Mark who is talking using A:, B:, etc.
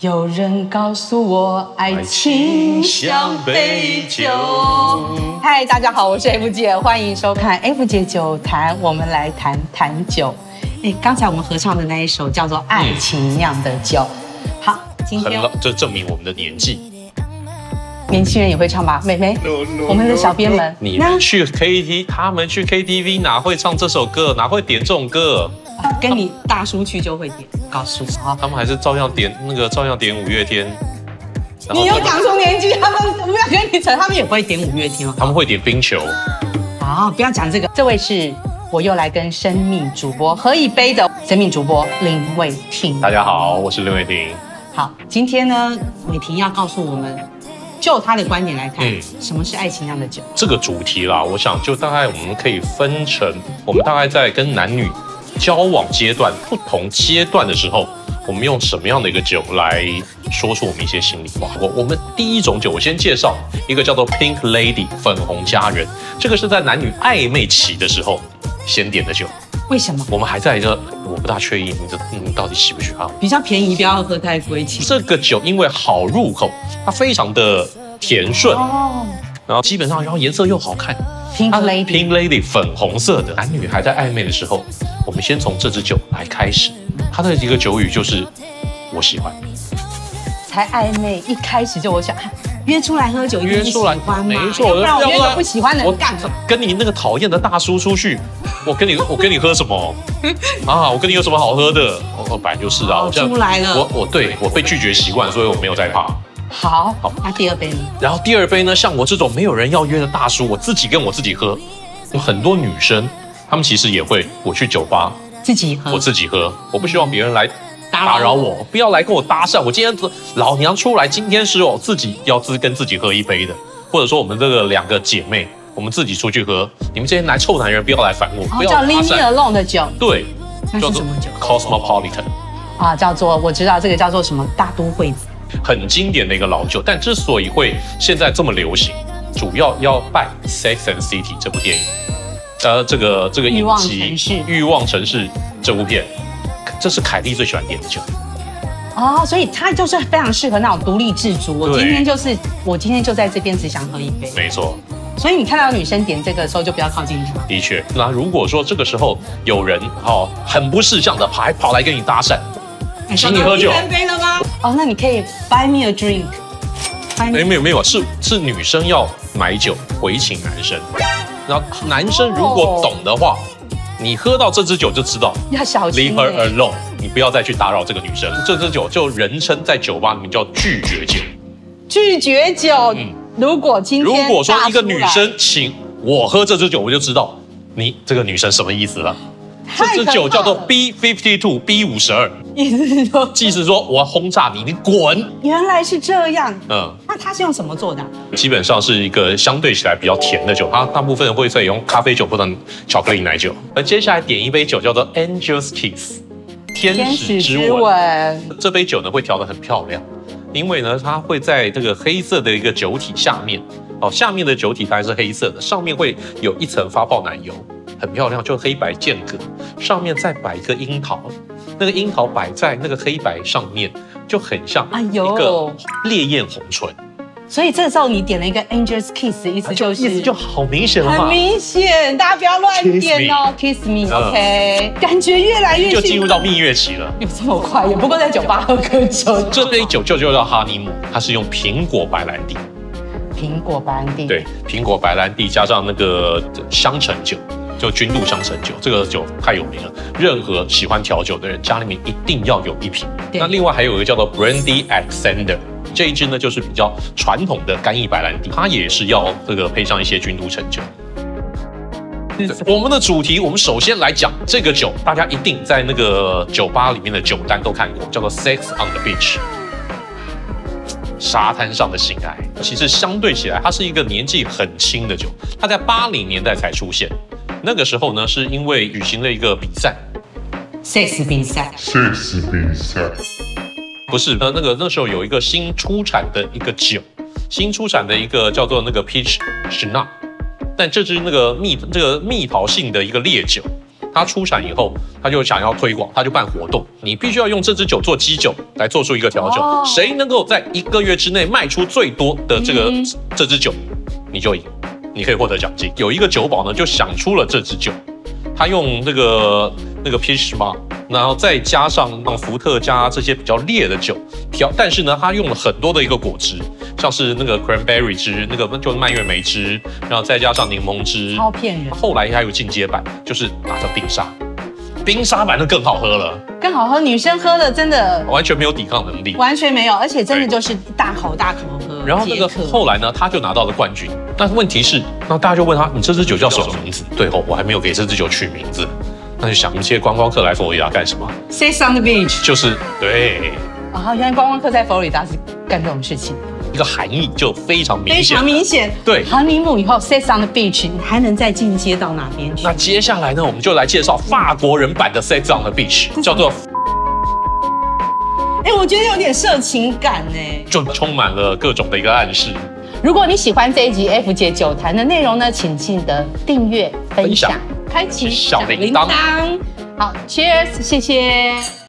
A: 有人告诉我，爱情像杯酒。嗨，大家好，我是 F 姐，欢迎收看 F 姐酒谈，我们来谈谈酒。哎，刚才我们合唱的那一首叫做《爱情酿的酒》。好，今
B: 很
A: 天
B: 老，这证明我们的年纪。
A: 年轻人也会唱吧？美眉
B: No, no,，
A: 我们的小编们，
B: 你们去 KT，他们去 KTV 哪会唱这首歌，哪会点这种歌？
A: 跟你大叔去就会点，告诉我啊。
B: 他们还是照样点那个，照样点五月天。然后
A: 你又
B: 他们
A: 讲出年纪，他们不要跟 你扯，他们也不会点五月天哦。
B: 他们会点冰球，
A: 啊，不要讲这个。这位是我又来跟生命主播喝一杯的生命主播林伟婷。
B: 大家好，我是刘伟霆。
A: 好，今天呢，伟婷要告诉我们，就她的观点来看，
B: 嗯
A: 什么是爱情酿的酒？
B: 这个主题啦，我想就大概我们可以分成，我们大概在跟男女交往阶段不同阶段的时候，我们用什么样的一个酒来说出我们一些心里话。我我们第一种酒，我先介绍一个叫做 Pink Lady 粉红佳人，这个是在男女暧昧期的时候先点的酒。
A: 为什么？
B: 我们还在一个我不大确定你这嗯到底喜不喜欢我。
A: 比较便宜，不要喝太贵气。
B: 这个酒因为好入口，它非常的甜顺，
A: 哦
B: 然后基本上然后颜色又好看。
A: ，Pink
B: 啊
A: Lady，
B: Pink Lady 粉红色的，男女还在暧昧的时候，我们先从这支酒来开始。它的一个酒语就是“我喜欢
A: 才暧昧，一开始就我想、啊约出来喝酒，”，一定
B: 约
A: 是
B: 出来
A: 喜欢嘛，
B: 没错，
A: 要不然我
B: 要
A: 约个不喜欢的
B: 我
A: 人干嘛？
B: 跟你那个讨厌的大叔出去，我 跟你我跟你喝什么啊？我跟你有什么好喝的？我我本来就是啊，
A: 哦
B: 我这样
A: 出来了
B: 我我对我被拒绝习惯，所以我没有在怕。
A: 好
B: 好，
A: 那第二杯呢？
B: 然后第二杯呢，像我这种没有人要约的大叔，我自己跟我自己喝。有很多女生，她们其实也会，我去酒吧，
A: 自己喝
B: 我。自己喝，我不希望别人来
A: 嗯打
B: 打扰我，不要来跟我搭讪。我今天老娘出来，今天是我自己要自跟自己喝一杯的，或者说我们这个两个姐妹，我们自己出去喝。你们这些男臭男人不要来烦我，
A: 哦
B: 不，要
A: 叫
B: 搭
A: Leave Me
B: 讪。
A: Alone 的酒，
B: 对，
A: 那是什么酒？
B: Cosmopolitan，
A: 啊，叫做我知道这个叫做什么大都会子
B: 很经典的一个老酒，但之所以会现在这么流行，主要要拜《Sex and City》这部电影，呃，这个这个
A: 欲
B: 影
A: 望
B: 集
A: 城市
B: 《欲望城市》这部片，这是凯莉最喜欢点的酒。
A: 哦，所以它就是非常适合那种独立自主。我
B: 对
A: 今天就是我今天就在这边只想喝一杯，
B: 没错，
A: 所以你看到女生点这个的时候就不要靠近她。
B: 的确，那如果说这个时候有人哦很不识相的还跑来跟你搭讪，请你喝酒
A: 哎小哥第三杯了吗？哦，那你可以 buy me a drink。buy
B: 哎
A: me
B: 没有没有，是是女生要买酒回请男生，然后男
A: 哦
B: 生如果懂的话，你喝到这支酒就知道
A: 要小
B: leave
A: 心、
B: her
A: 欸。
B: alone，你不要再去打扰这个女生。这支酒就人称在酒吧里面叫拒绝酒。
A: 拒绝酒，
B: 嗯
A: 如果今天
B: 如果说一个
A: 大出来
B: 女生请我喝这支酒，我就知道你这个女生什么意思了。这
A: 太可
B: 支
A: 怕
B: 酒叫做
A: 了
B: B fifty two B 五十二，
A: 意思是说
B: 即是说我要轰炸你，你滚。
A: 原来是这样。
B: 嗯，
A: 那它是用什么做的啊、
B: 基本上是一个相对起来比较甜的酒，它大部分会采用咖啡酒或者巧克力奶酒。而接下来点一杯酒叫做 Angel's Kiss，天使之吻。
A: 吻，
B: 这杯酒呢会调得很漂亮，因为呢它会在这个黑色的一个酒体下面，哦，下面的酒体它还是黑色的，上面会有一层发泡奶油，很漂亮，就黑白间隔，上面再摆一个樱桃，那个樱桃摆在那个黑白上面，就很像
A: 哎
B: 一个
A: 呦
B: 烈焰红唇，
A: 所以这时候你点了一个 Angel's Kiss，意思啊就是
B: 意思哎就好明显了
A: 很
B: 嘛。
A: 明显，大家不要乱点哦。Kiss me，OK，、感觉越来越
B: 嗯就
A: 幸
B: 进
A: 福
B: 入到蜜月期了。呃
A: 有这么快，也不过在酒吧喝个酒。
B: 这杯酒就叫哈尼姆，它是用苹果白兰地，
A: 苹果白兰地，
B: 对，苹果白兰地加上那个香橙酒，就君度香橙酒，这个酒太有名了，任何喜欢调酒的人家里面一定要有一瓶。
A: 对
B: 那另外还有一个叫做 Brandy Alexander。这一支呢，就是比较传统的干邑白兰地，它也是要这个配上一些君都橙酒。我们的主题，我们首先来讲这个酒，大家一定在那个酒吧里面的酒单都看过，叫做 Sex on the Beach。沙滩上的性爱，其实相对起来，它是一个年纪很轻的酒，它在八零年代才出现。那个时候呢，是因为举行了一个比赛，
A: ，sex 比赛，
C: Sexy Beast.
B: 不是呃那那个那时候有一个新出产的一个酒，新出产的一个叫做那个 Peach Schnapps，但这支那个蜜这个蜜桃性的一个烈酒，它出产以后，它就想要推广，它就办活动，你必须要用这支酒做基酒来做出一个调酒，
A: 哦
B: 谁能够在一个月之内卖出最多的这个、
A: 嗯
B: 这支酒，你就赢，你可以获得奖金。有一个酒保呢，就想出了这支酒，他用那个那个 peach 嘛，然后再加上像伏特加这些比较烈的酒调，但是呢，他用了很多的一个果汁，像是那个 cranberry 汁，那个就是蔓越莓汁，然后再加上柠檬汁，
A: 超骗人，
B: 后来还有进阶版，就是打成冰沙，冰沙版就更好喝了，
A: 更好喝。女生喝的真的
B: 完全没有抵抗能力。
A: 完全没有，而且真的就是大口大口喝。
B: 然后那个
A: 解渴
B: 后来呢，他就拿到了冠军。但是问题是，那大家就问他，你这支酒叫什么名字？对哦，我还没有给这支酒取名字。那就想，我们这些观光客来佛罗里达干什么？
A: Sex on the beach，
B: 就是对
A: 然后原来观光客在佛罗里达是干这种事情，
B: 一个含义就非常明
A: 非
B: 显
A: 常。明显。
B: 对
A: 航尼姆以后 Sex on the beach，你还能再进阶到哪边去
B: 那？接下来呢，我们就来介绍法国人版的 Sex on the Beach，叫做
A: 哎，我觉得有点色情感欸呢、
B: 就充满了各种的一个暗示。
A: 如果你喜欢这一集 F 姐酒坛的内容呢，请记得订阅、分享
B: 分、
A: 开启
B: 小
A: 小
B: 铃
A: 铃
B: 铛
A: 铛。好，Cheers，谢谢。